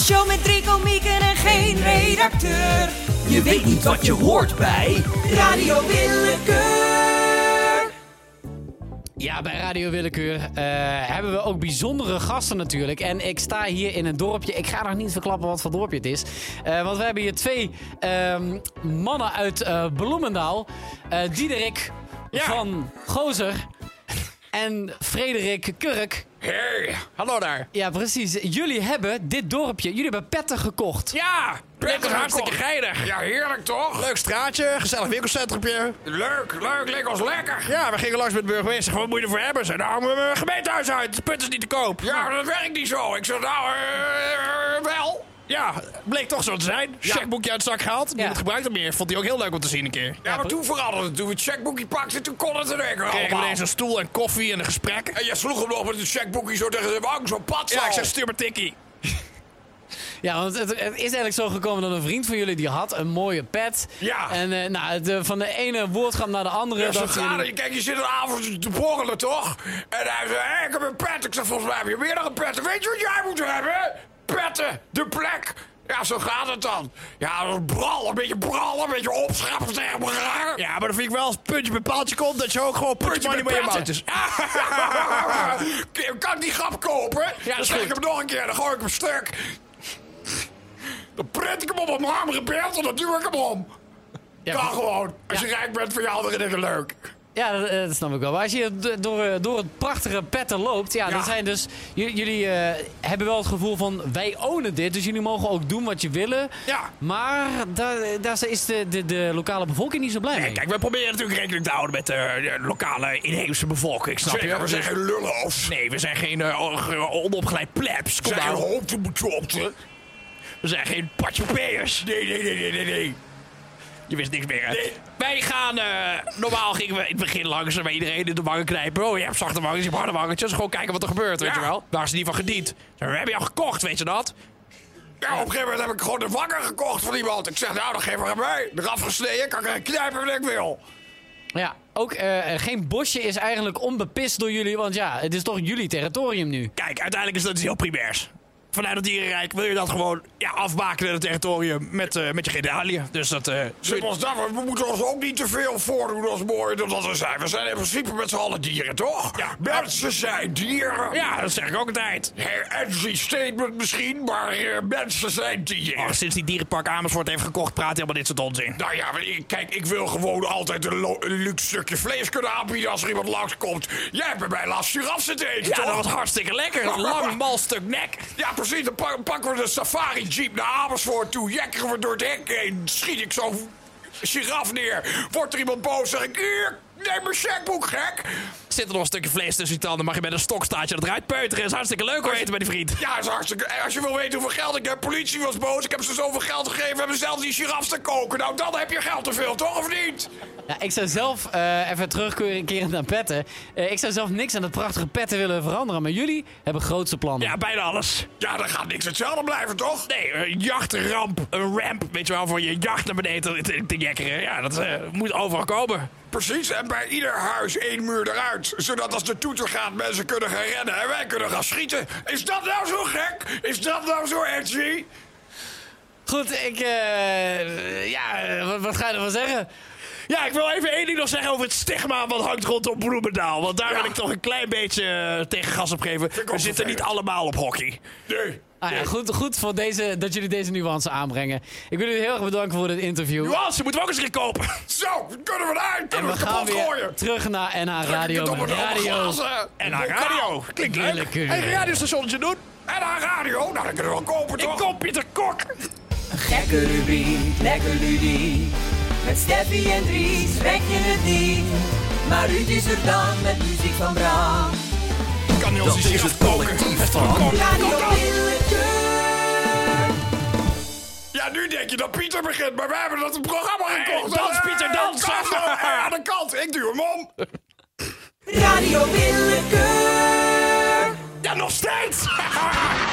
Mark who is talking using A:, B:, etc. A: show met drie komieken en geen redacteur.
B: Je weet niet wat je hoort bij.
A: Radio Willekeur.
C: Ja, bij Radio Willekeur eh, hebben we ook bijzondere gasten natuurlijk. En ik sta hier in een dorpje. Ik ga nog niet verklappen wat voor dorpje het is. Eh, want we hebben hier twee ehm, mannen uit eh, Bloemendaal. Eh, Diederik van Gozer en Frederik Kurk.
D: Hey, hallo daar.
C: Ja, precies. Jullie hebben dit dorpje, jullie hebben petten gekocht.
D: Ja, lekker
B: hartstikke
D: geinig. Ja, heerlijk toch?
B: Leuk straatje, gezellig winkelcentrumpje.
D: Leuk, leuk, leek ons lekker.
B: Ja, we gingen langs met de burgemeester. Wat moet je ervoor hebben? Ze nou, we hebben een gemeentehuis uit. Het put is niet te koop.
D: Ja, dat werkt niet zo. Ik zeg nou, eh, wel.
B: Ja, bleek toch zo te zijn. Checkboekje uit de zak gehaald. Niemand gebruikt het meer. Vond hij ook heel leuk om te zien een keer.
D: Ja, maar toen veranderde het. Toen we het checkboekje pakten, toen kon het er ook
B: Kreeg
D: allemaal.
B: ineens een stoel en koffie en een gesprek.
D: En je sloeg hem nog met het checkboekje zo tegen zijn wang, zo pat
B: Ja, ik zeg stuur maar tikkie.
C: Ja, want het, het is eigenlijk zo gekomen dat een vriend van jullie die had een mooie pet.
D: Ja.
C: En eh, nou, het, eh, van de ene woordgram naar de andere.
D: Ja, zo
C: dat
D: gaat
C: jullie-
D: het. Kijk, je zit een avond te borrelen, toch? En hij zei, hey, ik heb een pet. Ik zei, volgens mij heb je meer dan een pet. Weet je wat jij moet hebben? Petten, de plek. Ja, zo gaat het dan. Ja, dat brallen, een beetje brallen, een beetje opschrappen tegen elkaar.
B: Ja, maar dan vind ik wel als het puntje bij paaltje komt dat je ook gewoon put money mee je mouth is.
D: Ja. kan ik die grap kopen? Ja, dan
B: is
D: zeg ik
B: goed.
D: hem nog een keer, dan gooi ik hem stuk. Dan print ik hem op een marmeren beeld en dan duw ik hem om.
C: Ja,
D: kan
C: maar-
D: gewoon. Als je rijk bent, vind je andere dingen leuk.
C: Ja, dat, eh, dat snap ik wel. Maar als je d- door, eh, door het prachtige petten loopt, ja, dan
D: Ja.
C: zijn dus. j- jullie eh, hebben wel het gevoel van wij ownen dit, dus jullie mogen ook doen wat je willen.
D: Ja.
C: Maar daar, daar is de, de, de lokale bevolking niet zo blij
D: Hmm.
C: mee.
B: Kijk, wij proberen natuurlijk rekening te houden met eh, de lokale inheemse bevolking, snap
D: Zeker,
B: je?
D: we zijn geen lullenhoofd.
B: Nee, we zijn geen eh, on- ge- onopgeleid plebs. Kom
D: Zijn geen
B: nou.
D: hoofdbetropten.
B: We zijn geen patjepeers.
D: Nee, nee, nee, nee, nee, nee.
B: Je wist niks meer, hè?
D: Nee.
B: Wij gaan... eh, normaal gingen we in het begin langzaam bij iedereen in de wangen knijpen. Oh, je hebt zachte wangetjes, je hebt harde wangetjes. Gewoon kijken wat er gebeurt, weet
D: Ja.
B: je wel? Daar is niet van gediend. We hebben jou gekocht, weet je dat?
D: Ja, op een gegeven moment heb ik gewoon de wangen gekocht van iemand. Ik zeg, nou, dan geef ik hem mee. Eraf gesneden, kan ik er knijpen wat ik wil.
C: Ja, ook eh, geen bosje is eigenlijk onbepist door jullie, want ja, het is toch jullie territorium nu.
B: Kijk, uiteindelijk is dat iets heel primairs. Vanuit het dierenrijk wil je dat gewoon ja, afbakenen, het territorium, met, eh, met je genitaliën. Dus dat... eh, zul
D: Zit
B: je-
D: ons daarvoor, we moeten ons ook niet te veel voordoen als mooier dan dat we zijn. We zijn in principe met z'n allen dieren, toch?
B: Ja.
D: Mensen zijn dieren.
B: ja, dat zeg ik ook altijd.
D: Edgy statement misschien, maar eh, mensen zijn dieren.
B: Oh, sinds die dierenpark Amersfoort heeft gekocht, praat hij helemaal dit soort onzin.
D: Nou ja, maar ik- kijk, ik wil gewoon altijd een, lo- een luxe stukje vlees kunnen aanbieden als er iemand langskomt. Jij hebt bij mij laatst giraf zitten eten,
B: Ja,
D: toch?
B: dat was hartstikke lekker. Lang, mal stuk nek.
D: Ja, precies. Dan pak- pakken we de safari-jeep naar Amersfoort toe. Jekkeren we door het hek heen. Schiet ik zo'n giraf neer. Wordt er iemand boos, zeg ik... Hier, neem mijn checkboek, gek.
B: Zit er nog een stukje vlees tussen je tanden, mag je met een stokstaartje dat eruit peuteren. Is hartstikke leuk om eten bij die vriend.
D: Ja, is hartstikke... en Als je wil weten hoeveel geld ik heb... Politie was boos, ik heb ze zoveel geld gegeven... hebben zelf die giraf te koken. Nou, dan heb je geld te veel, toch? Of niet?
C: Ja, ik zou zelf, eh, even terugkeren naar petten, Eh, ik zou zelf niks aan dat prachtige petten willen veranderen, maar jullie hebben grootste plannen.
B: Ja, bijna alles.
D: Ja, dan gaat niks hetzelfde blijven, toch?
B: Nee, een jachtramp, een ramp, weet je wel, voor je jacht naar beneden te, te, te jekkeren. Ja, dat eh, moet overal komen.
D: Precies, en bij ieder huis één muur eruit. Zodat als de toeter gaat, mensen kunnen gaan rennen en wij kunnen gaan schieten. Is dat nou zo gek? Is dat nou zo edgy?
C: Goed, ik, eh, ja, eh, wat, wat ga je ervan zeggen?
B: Ja, ik wil even één ding nog zeggen over het stigma wat hangt rondom Bloemendaal. Want daar
D: Ja.
B: wil ik toch een klein beetje eh, tegen gas op geven.
D: ik
B: We
D: ook
B: zitten niet
D: vervelend.
B: allemaal op hockey.
D: Nee.
C: Ah, ja, goed, goed voor deze, dat jullie deze nuance aanbrengen. Ik wil jullie heel erg bedanken voor dit interview.
B: Nuance moeten we ook eens een keer kopen.
D: Zo, kunnen we eruit?
C: En
D: Kunnen
C: we
D: we het
C: gaan
D: kapot
C: weer
D: gooien?
C: terug naar NH Radio.
D: Drukken
C: met
D: het op een
C: Radio.
D: glazen.
B: En haar radio. Klinkt leuk.
C: Willekeur.
B: Eigen radiostationnetje doen.
D: En haar radio? Nou, dat kunnen we wel kopen,
B: Ik
D: toch?
B: kom Pieter Kok.
A: Gekke rubriek, lekker ludie. Met Steffi en Dries trek je het niet. Maar Ruud is er dan met muziek van Bram.
D: kan niet ons
B: is het collectief van Kok.
A: Radio Willekeur.
D: Ja, nu denk je dat Pieter begint, maar wij hebben dat programma gekocht.
B: dans, Pieter,
D: Eh,
B: dans.
D: kans, eh, aan de kant, ik duw hem om.
A: Radio Willekeur.
B: Ja, nog steeds.